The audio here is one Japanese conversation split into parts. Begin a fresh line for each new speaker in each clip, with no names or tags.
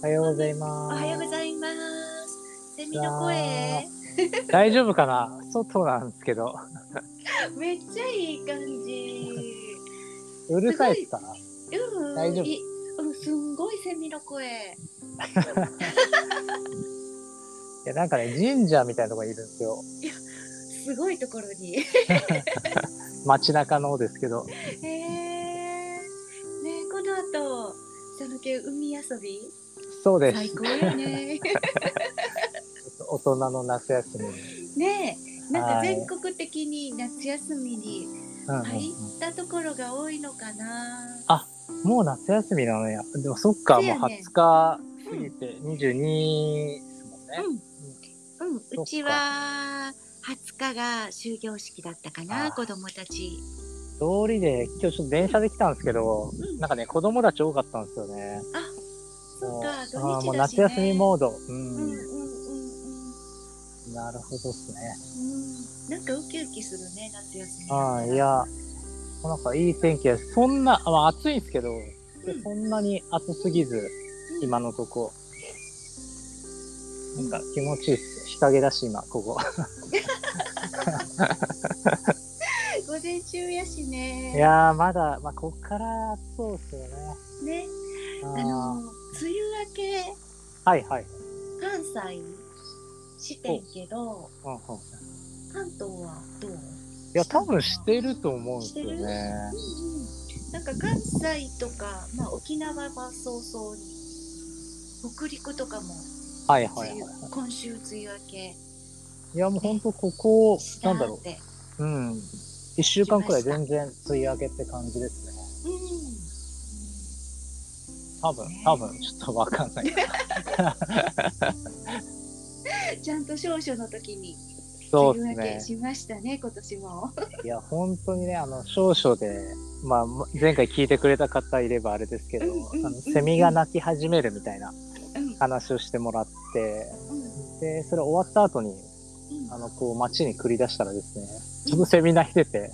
おはようございま
お
す。
はようございます。セミの声、
大丈夫かな外なんですけど。
めっちゃいい感じ。
うるさいっすか
うん、
大丈夫
いうん、すんごいセミの声。
いや、なんかね、神社みたいなとこにいるんですよ。
すごいところに。
街中のですけど。
へえー。ねこの後、その系海遊び。
そうで
最
す。
高よ ね。
大人の夏休みに。
ねなんか
はい
全国的に夏休みに
うんうんうん
入ったところが多いのかな。
もう夏休みなのや。でもそっか、
そう
もう
やね
20日過ぎて22ですもんね。
うん、うん、うちは20日が終業式だったか
あ
な、
ー
子供たち。
通りで、今日ちょっと電車で来たんですけど、
うん
なんかね、子供たち多かったんですよね。
あそうか
もうあーも
土日だしね
う夏休みモード。う
うんうん
ん。
うんうん。
なるほどっすね。
うんなんかウキウキするね、夏休み。
ああ、い。や、なんかいい天気です。そんな、まあ暑いんですけど、
うん
そんなに暑すぎず、今のとこ。なんか気持ちいいっす。日陰だし、今、こ こ。
午前中やしね。
いやー、まだ、まあ、こっから暑そうっすよね。
ね、
あ
あ
ー
の、梅雨明け、
はいはい。
関西してんけど、
うんうん、い
関東はどう
や、多分してると思うんですよ
してる
ね。
うんうん。なんか関西とか、まあ沖縄は早々に、北陸とかも、
はいはい
梅
はい
雨。今週梅雨明け
いや、もうほんとここ、
した
なんだろ
って。
う。うん。一週間くらい全然梅雨明けって感じですね。
う
多分、多分、ちょっとわかんない。
ん。ちゃんと少々の時に、
そうです
梅雨明
ね
け。しましたね、今年も。
いや、本当にね、あの、少々で、まあ、前回聞いてくれた方いればあれですけど
うんうんう、ん
あのセミが鳴き始めるみたいな
うん。
話をしてもらって、
うん
で、それ終わった後に、
うん
あの、こう、街に繰り出したらですね、ちょっとセミ鳴いてて、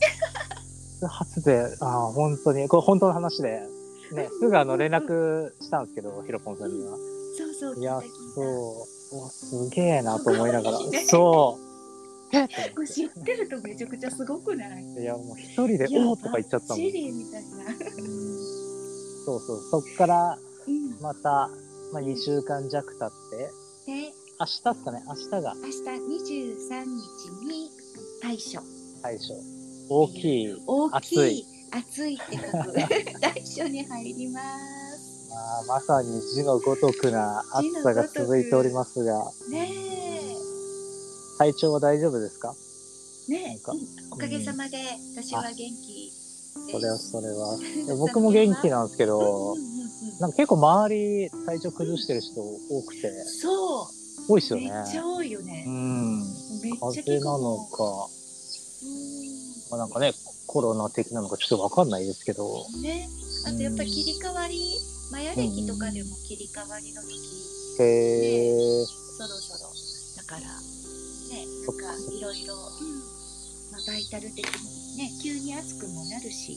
初で、ああ、本当に、これ本当の話で、ね、すぐあの、連絡したんですけど、ヒロポンさんには。
そうそう。
いや
聞た聞、た
そう、おすげえなと思いながら
すごい ね、
そう、えっと
これ知ってるとめちゃくちゃすごくない
思っていや、もう一人で、
いや
おーとか言っちゃったもん
シ。リーみたいな。
うんそうそう、そっから
うん。
また、まあ、2週間弱経って、
で、
明日っすかね、明日が
明日23日に大暑。
最初。大きい、
大きい、暑いって書く。大暑に入ります。
まあ、まさに字のごとくな暑さが続いておりますが、
ね
体調は大丈夫ですか
え。
な
ね
ん
え。
か
うんおかげさまで私は元気です。
それはそれは。いや
うん
僕も元気なんですけ
うん
ど
うん、うん
なんか結構周り、体調崩してる人多くて、
そ
多いっす
う、
よ
めっ
ね。
ちゃ多いよ
う
ね。
ん。
めっちゃ
風
聞く
邪なのか、まあ、なんかね、コロナ的なのかちょっとわかんないですけど、
うんね、あとやっぱり切り替わり、マヤ歴とかでも切り替わりの時、
へえ。
そろそろだからね
そっか
なんかいろいろ、うんまあ、バイタル的にね急に暑くもなるし、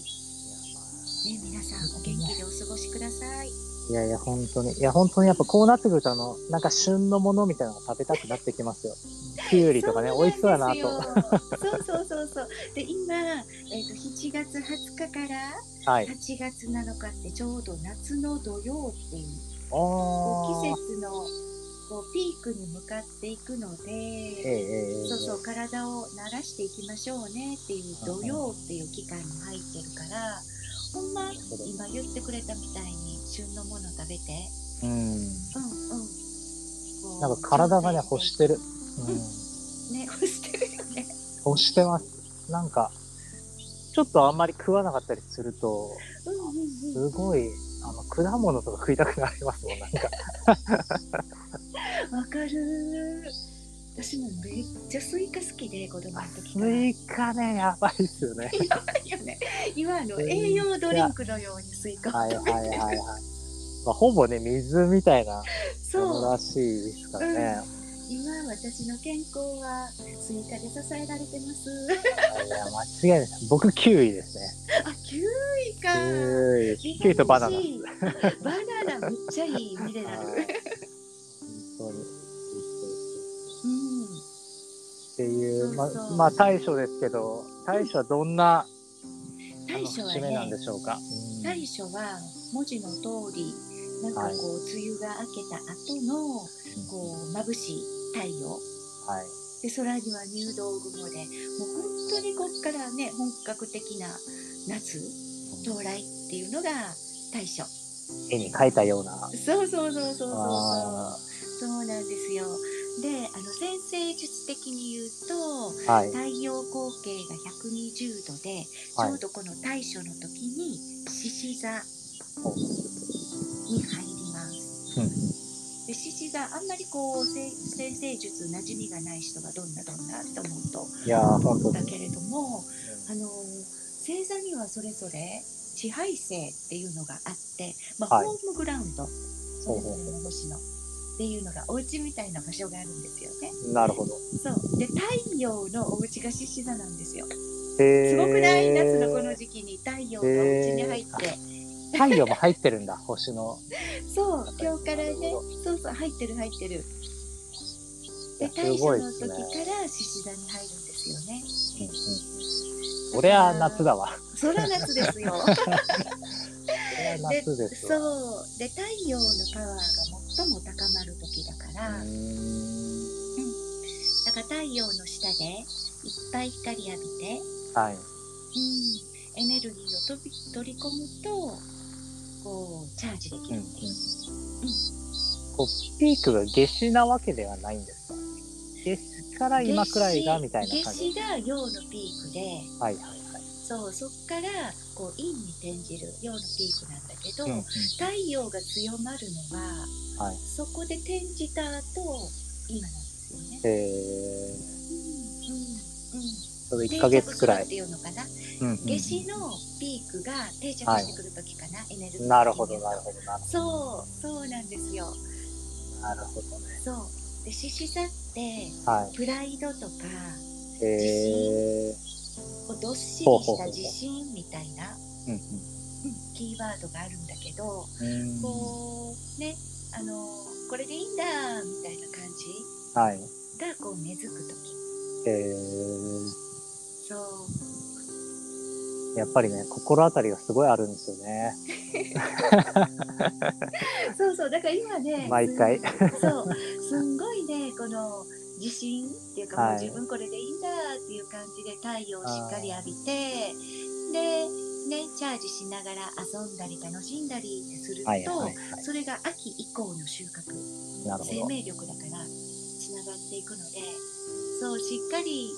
ね、皆さんお元気でお過ごしください。
いやいや、本当に。いや、本当にやっぱこうなってくると、あの、なんか旬のものみたいなのが食べたくなってきますよ。きゅうりとかね、美味しそうやなと。
と。そうそうそうそう。で今えっ、と7月20日から
はい。
8月7日ってちょうど夏の土曜っていう
お
季
ー。
節のこうピークに向かっていくの
ええ
で、
ええええ
そうそう体を慣らしていきましょうねっていう土曜っていう期間に入ってるからほんま今言ってくれたみたいに旬のもの食べて
うん。
うんうんこう
なんか体がね、欲してる。うん。
ね干してるよね
欲してます。なんか、ちょっとあんまり食わなかったりすると、
うんうんうん
すごい、あの、果物とか食いたくなりますもん、なんか。
わかる私もめっちゃスイカ好きで子供の時から
スイカね、やばいっすよね。
よね。今あの
うん
栄養ドリンクのようにスイカ
は
を
い
食
はいは
べ
い
てる。
はい。まあ、ほぼね、水みたいなもの
そう。
らしいですからね。
今私の健康はスイカで支えられてま
い
す。
や、間違いない。僕、キウイですね。
あ、キウイ
キ
か。
ウイ。キウイとバナナ。
ナ。バナナめっちゃいいミネラル。
はい
そう
ま
そう。
まあ大将ですけど大将はどんなあの
大将は
節目なん
ね
で、しょうか、うん
大将は文字の通り、なんかこう、梅雨が明けた後の、こう、眩しい太陽。
はい
で、空には入道雲で、もう本当にこっからね、本格的な夏到来っていうのが大将。
絵に描いたような
そうそうそうそうそう
あ
そう。そうなんですよ。で、あの、先生術的に言うと、
ーはい
太陽光景が120度で、ち
は
ょう
い
どこの大暑の時に獅子座
おうん
に入ります。で獅子座あんまりこうせ先生術馴染みがない人がどんなどんなと思うと
いやー本当
だ
に
けれどもあの星座にはそれぞれ支配星っていうのがあって、まあ
はい
ホームグラウンドそれぞれ
ほう
の星のっていうのがお家みたいな場所があるんですよね。
なるほど
そうで太陽のお家が獅子座なんですよ。
へー
すごくない夏のこの時期に太陽がお家に入って。
太陽も入ってるんだ星の
そう、
い
今日から
な
ね
るほ、
そうそう、入ってる入ってる。 で、
す
大
ご
暑
いで
の時
す
か
ね
ら獅子座に入るんですよね。
うんうんこれは夏だわ
そら夏ですよ。
これは夏ですわ
そう、で、太陽のパワーが最も高まる時だから、
うー
だ
ん
から太陽の下でいっぱい光浴びて、
はい
うん、エネルギーを飛び取り込むと、こう、チャージでき
うんう
る
ん
んです。
こうピークが夏至なわけではないんですか夏至から今くらいがみたいな感
夏
じ
至が陽のピークで、
はいはいはい
そうそっからこう陰に転じる陽のピークなんだけど、
うんうん
太陽が強まるのは、
はい
そこで転じた後今なんですよね。
え
うんうんうん
ー、それ1
定
ヶ
着
月
す
く
る
ら
っ
い
ていうのかな、
うんうん
夏至のピークが定着してくる時かな、エネルギー的に
なるほどなるほどなるほど
そうそうなんですよ
なるほどね
そうで獅子座って
は
プライドとか
いへえ
こうどっしり
ほうほうほ
し
う
た
ほう
自信みたいな
うんうん
うんキーワードがあるんだけど、
うん
こうねあのこれでいいんだみたいな感じ
はい
がこう根付く時
えー、
そう
やっぱりね心当たりがすごいあるんですよね
そうそうだから今ね
毎回
すんそうすんごいねこの自信っていうか、
はい
もう自分これでいいんだっていう感じで太陽をしっかり浴びてでねチャージしながら遊んだり楽しんだりってすると、
はいはいはい
それが秋以降の収穫
なるほど
生命力だからつながっていくのでそうしっかり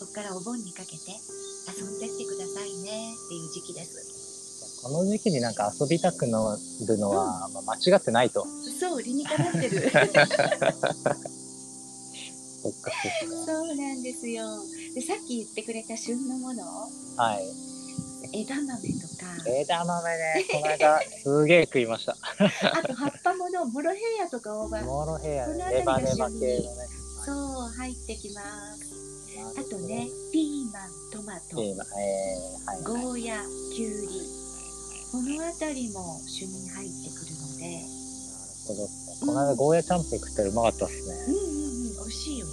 ここからお盆にかけて遊んでってくださいねっていう時期です
この時期になんか遊びたくなるのは、まあ、間違ってないと
そう理にか なってる
そっかそっ
そうなんですよでさっき言ってくれた旬のもの
かはい
枝豆とか
枝豆ねこの間すげえ食いました
あと葉っぱものモロヘイヤとか大葉
モロヘア
この
ね
辺
ネ
りが
バネバ系のね
そう入ってきます
はい
あとねピーマントマ
ピ
ト
ーマンえー、はいはい
ゴーヤきゅうりこの辺りも旬に入ってくるの
な
で
るほどっすねこの間ゴーヤチャンプル食ったらうまかったっすね
うんうんうん美味しいよね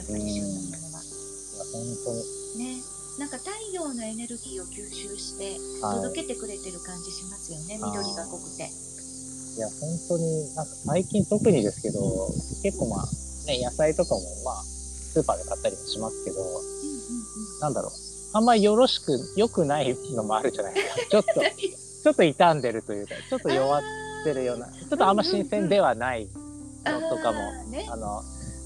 やっぱり旬のものは。
いや本当に
ね、なんか太陽のエネルギーを吸収して
はい
届けてくれてる感じしますよね、
あー
緑が濃くて。
いや本当になんか最近特にですけど結構まあね野菜とかもまあスーパーで買ったりもしますけど
うんうん
なんだろうあんまりよろしく良くないのもあるじゃないですかちょっ とちょっと傷んでるというかちょっと弱ってるようなちょっとあんま新鮮ではないのとかも、
あーね、
あの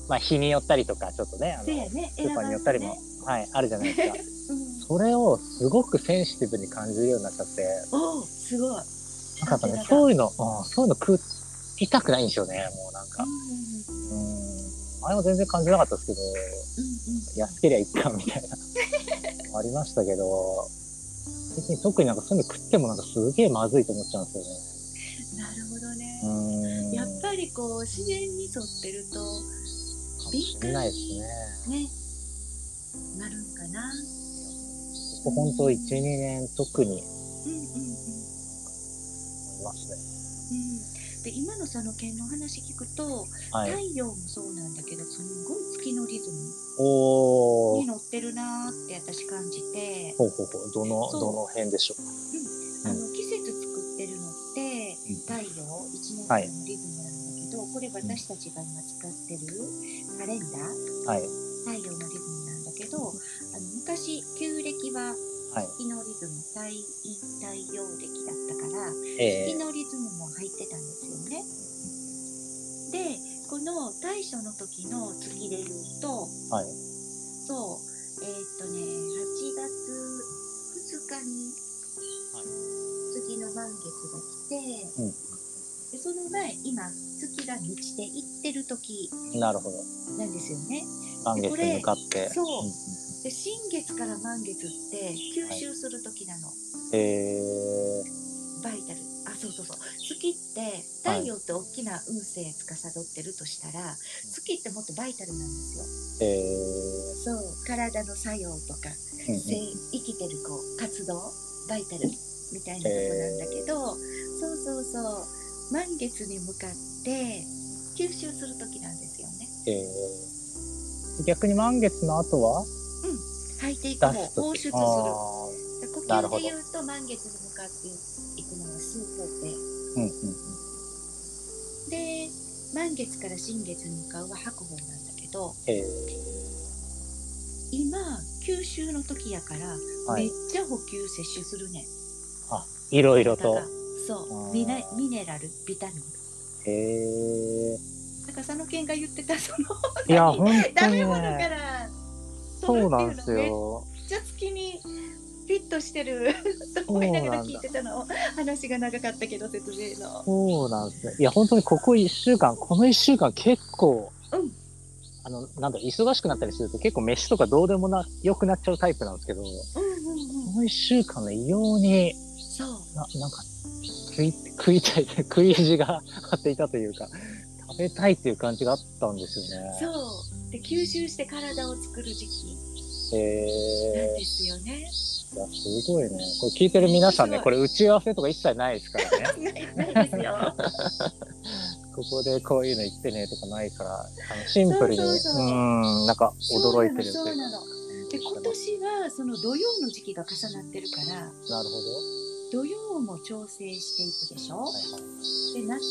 まあ日によったりとかちょっとねあの
そうやね、
スーパーによったりも、はい、あるじゃない ですか
選ばんとね。
それをすごくセンシティブに感じるようになっちゃって
うん、おお、すごい。
なんかやっぱね
さすがだ
そういうの、うん、そういうの食いたくないんですよねもうなんか
うんうんうん
うん前は全然感じなかったですけど
うん
安けりゃいっかみたい なありましたけど別に特になんかそういうの食ってもなんかすげえまずいと思っちゃうんです
うんなるほどね。
よねうん
やっぱりこう自然に沿ってると
かもしれないですね
ね、なるんかな。
ここ本当12年特に
うんうんうん。
思いますね
うんで今の佐野犬の話聞くと、
はい。
太陽もそうなんだけどすんごい月のリズム
お
に
ー。
乗ってるなーって私感じて、
ほうほうほう。どの、
そう
どの辺でしょうん
あの季節作ってるのって
うん
太陽一年
は
間
い
のリズムなんだけど、これ私たちが今使ってるカレンダー
う。はい。
太陽のリズムなんだけどあの昔旧暦は
はい。
月のリズム太陰太陽暦だったから月
え
のリズムも入ってたんですよね。でこの大暑の時の月で言うと
ー。はい。
そうえーっとね8月2日に
はい
月の満月が来て、
うん
でその前今月が満ちていってる時
なるほど。
なんですよね。
満月に向かって。
そう
うんうん
で新月から満月って吸収する時なの。
えー。
バイタルあそうそうそう月って太陽って大きな運勢司ってるとしたら、月ってもっとバイタルなんですよ
えー。
そう体の作用とか、
うんうん
せ生きてるこう活動バイタルみたいなとこなんだけど、そうそうそう満月に向かって吸収する時なんですよね
えー。逆に満月の後は
吐いていく
出
も
す
放出する
時。あー
で呼
なるほ
吸
ど
で言うと満月に向かっていくのが吸う方程
うんうんうん。
で満月から新月に向かうは白鵬なんだけど
え
今吸収の時やから、
ー。は
め
い
っ。ちゃ補給摂取するね
あ、いろいろ
だか
と
ら。そ
あー
うミネミネラルビタミン
えー。
だから佐野健が言ってたその
いや、
何
本当に
食べ物か
ね。
ら取
そ
る
うなん
っ
で
て
す
いうのめっ
よ。
ちゃ月にフィットし てると思いながら聞いてたの話が長かったけど説明の
そうなんですね。いや、本当にここ1週間、この1週間結構、
うん
あの、なんだ、忙しくなったりすると結構飯とかどうでもな、良くなっちゃうタイプなんですけど、こ
うんうんうん
の1週間ね、異様に、
そう
ななんか、食い、食いたい、 食い意地が張っていたというか、食べたいっていう感じがあったんですよね。
そうで吸収して体を作る時期
え
なん
ー
ですよね、
いや、すごいね。これ聞いてる皆さんね、
すごい
これ打ち合わせとか一切ないですからね。
ないですよ。
ここでこういうの言ってねとかないから、あのシンプルに、
そうそうそう
うん、なんか驚いてる
そう
という
な
か
の。で今年はその土曜の時期が重なってるから
なるほど。
土曜も調整していくでしょ
はいはい。
で夏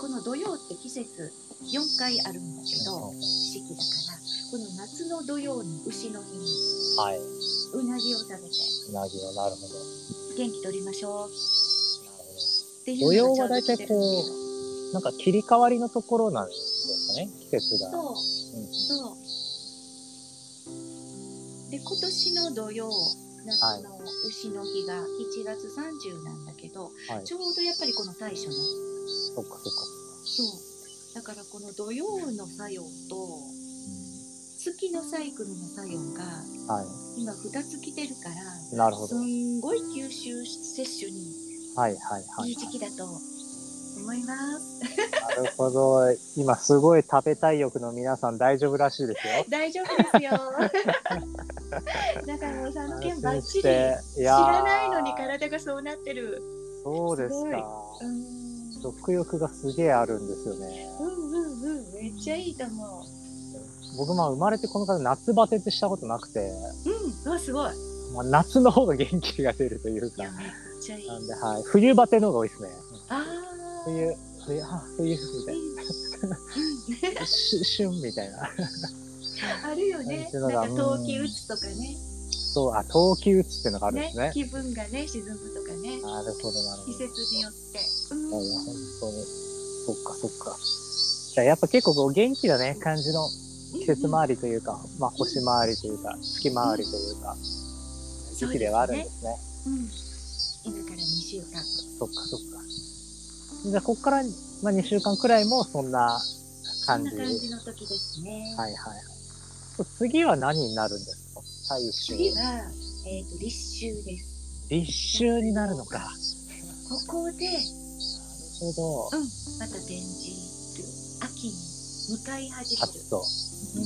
この土曜って季節4回あるんだけど四季だからこの夏の土曜に牛の日に
はい。
うなぎを食べて
うなぎはなるほど。
元気取りましょ
な
う
るほ
っていうのがちょうど来
土曜は大体
てるんだ
こど。なんか切り替わりのところなんですかね、季節
け
が。
ど
う
そうんそう。で今年の土曜夏の牛の日が1月30なんだけど、
はい。
ちょうどやっぱりこの対処の
そっかそっか。
そうだからこの土曜の作用と月のサイクルの作用
う
が
んは
今2つ来てるから
い。なるほ
す
ど。はい
んごい吸収摂取に
はいはいはいい
い。時期だと思います、
なるほど。今すごい食べたい欲の皆さん大丈夫らしいですよ。
大丈夫ですよだからもう佐野健バッチリ知
知
らないのに体がそうなってる
そうです
すごい
か。
うん
食欲がすげえあるんですよね。
うんうんうんめっちゃいいと思
僕まあ生まれてこの方夏バテってしたことなくて、
ううんわすごい
まあ、夏の方が元気が出るという
い
か
や、めっちゃいい
なんではい、冬バテの方が多いですね。
あー
冬、冬、あ、冬みたい
うん
な、し旬みたいな。
あるよね。なんか冬季打つとかね。
そう、あ、冬季うつっていうのがあるんで
ね
すね。
気分がね、沈むとかね。
なるほど、なるほど。
季節によって。うん
いやいや、本当に。そっか、そっか。じゃあやっぱ結構こう元気なね、感じの季節回りというか、まあ星回りというか、月回りというか、時期ではあるんですね。
うん今から2週間。
そっかそっか。じゃあ、ここから、まあ、2週間くらいもそんな
そん
感
な
じ。
感じの時ですね。
はいはいはい。次は何になるんですか大衆。
次は、えっ、と、立秋です。
立秋になるのか。なる
ここで、
ほど。
うん、また展示する。秋に向かい始める。
初と。うーん。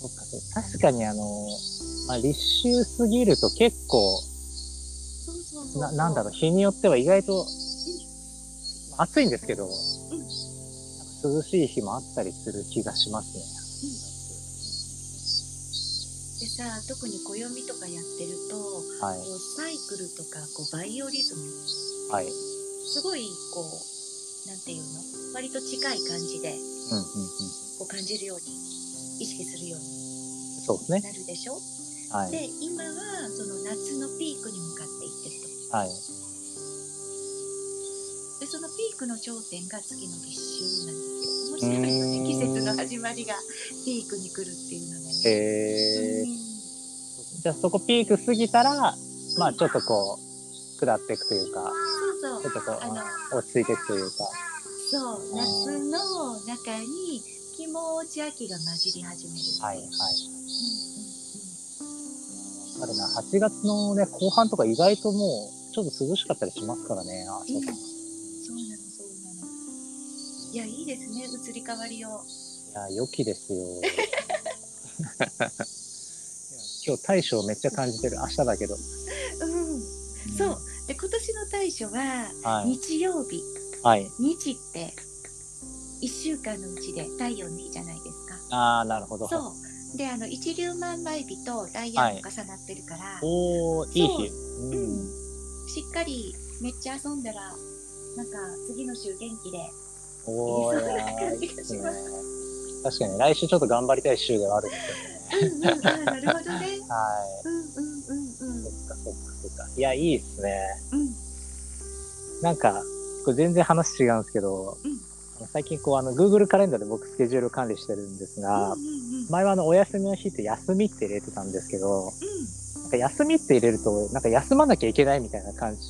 そっかそっか。確かにあの、まあ、立秋すぎると結構、
そうそうそうそう。
な、なんだろう、日によっては意外と、ま暑いんですけど、なんか涼しい日もあったりする気がしますね。
でさ特に暦とかやってると
はい。
こうサイクルとかこうバイオリズム
はい。
すごいこうなんていうの割と近い感じで
うんうんうん。
こう感じるように意識するように
そうですね。
なるでしょ、
は
で
い。
今はその夏のピークに向かっていってると
はい。
でそのピークの頂点が月の立秋なんですよ面白いよね季節の始まりがピークに来るっていうのがね、
え
う
ー、
ん
じゃあそこピーク過ぎたら、まあちょっとこう、下っていくというか、
そ
ちょ
うそう
っとこう
あの、
落ち着いていくというか。
そう夏の中に気持ち秋が混じり始める
はい、は
うん
い。
う
あるな、8月のね、後半とか意外ともう、ちょっと涼しかったりしますからね。あそうか
んうんそうなのそうなのいやいいですね移り変わり
い
を
や、良きですよ。い や今日大将めっちゃ感じてる。明日だけど。
うんそう。で今年の大暑は
はい。
日曜日、
はい。
日って1週間のうちで太陽の日じゃないですか
ああ、なるほど。
そうであの一粒万倍日とダイヤも重なってるから、
おお、いい日。う
うん
ん。
しっかりめっちゃ遊んだらなんか次の週元気で
おお、
いいそう
や
な
ー
感
い
じ
い
が
で
し
すね
ま。
確かに、来週ちょっと頑張りたい週ではあるんですよね。
うんうんあなるほどね
は
うんうんうん
い。そ
うん
っか、そっか、そっか。いや、いいですね。
うん
なんか、これ全然話違うんですけど、
うん
あの最近こう、あの、Google カレンダーで僕スケジュール管理してるんですが、
うんうんうん
前はあの、お休みの日って休みって入れてたんですけど、
うん
なんか休みって入れると、なんか休まなきゃいけないみたいな感じ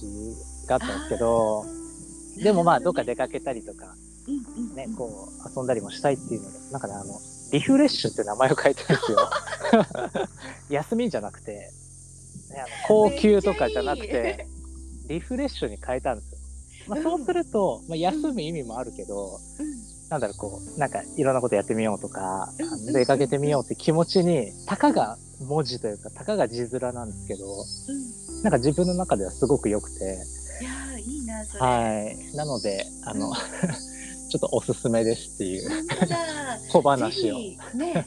があったんですけど、でもまあ、どっか出かけたりとか、
うんうん
ね、こう、遊んだりもしたいっていうので、なんかね、あの、リフレッシュって名前を書いてるんです よ。休みじゃなくて、ね、あ の高級とかじゃなく、
めって
リフレッシュに変えたんですよ。まあ、
うん
そうすると、まあ、休む意味もあるけど、
うん
なんだろう、こう、なんかいろんなことやってみようとか
うんうん、
出かけてみようって気持ちに、たかが文字というか、たかが字面なんですけど、
うん
なんか自分の中ではすごく良くて、
いやーいいなそれ、
はい。なので、あ
う
の
ん、
ちょっとおすすめですっていう
本当だ
小話を。
ぜひね、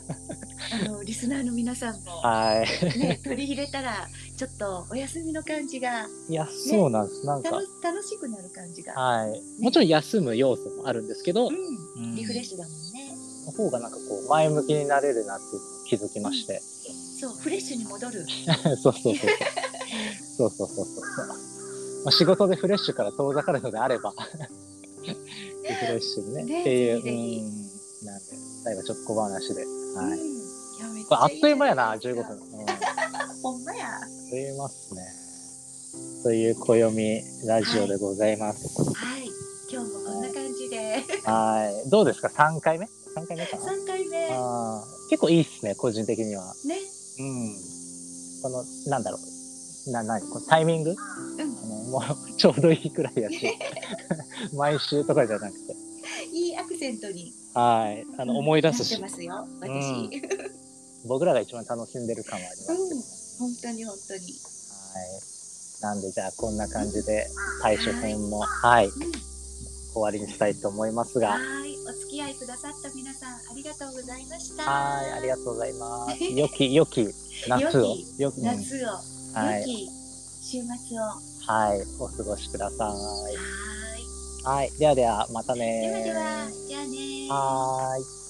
あのリスナーの皆さんも、
はい。
ね、取り入れたらちょっとお休みの感じが
いや、そうなんです。なんか
楽、楽しくなる感じが、
はい。もちろん休む要素もあるんですけど
う、、
うんん
リフレッシュだもんね
の方がなんかこう、前向きになれるなっていうのを気づきまして。
そうフレッシュに戻る
そうそうそうそう。そうそうそうそう。まあ、仕事でフレッシュから遠ざかるのであれば、リフレッシュにね。
ね
っていう。
ぜひぜ
うん。なんで、最後ちょっと小話で。は
う
い。
んいやめっち
これあ
ゃ
っ
いい
とい
じ
う
ゃ
間やな、
いです
15
か
分。うん
ほんまや
ありますね。という暦ラジオでございます。
はい今日もこんな感じで
はい。どうですか ?3 回目 ?3 回目かな
三回目ね
あー結構いいっすね、個人的には。うん。この、なんだろう。な、なにこのタイミングあのもうちょうどいいくらいやって。 毎週とかじゃなくて。
いいアクセントに
はい。あの、思い出す
なっ、
して
ますよ
う
私、
ん僕らが一番楽しんでる感はありますけどね。
本当に本当に、
はい。なんで、じゃあ、こんな感じで、対処編も、はい、
うん
終わりにしたいと思いますが。
はい、お付き合いくださった皆さんありがとうございました。
はい、ありがとうござい ます。良き、良き夏を。良き、
夏
う
を、
んはい、
良き週末を。は
はい、お過ごしください。
ーい。
はい、ではでは、また
では
ね
では、じゃあねー。
はーい。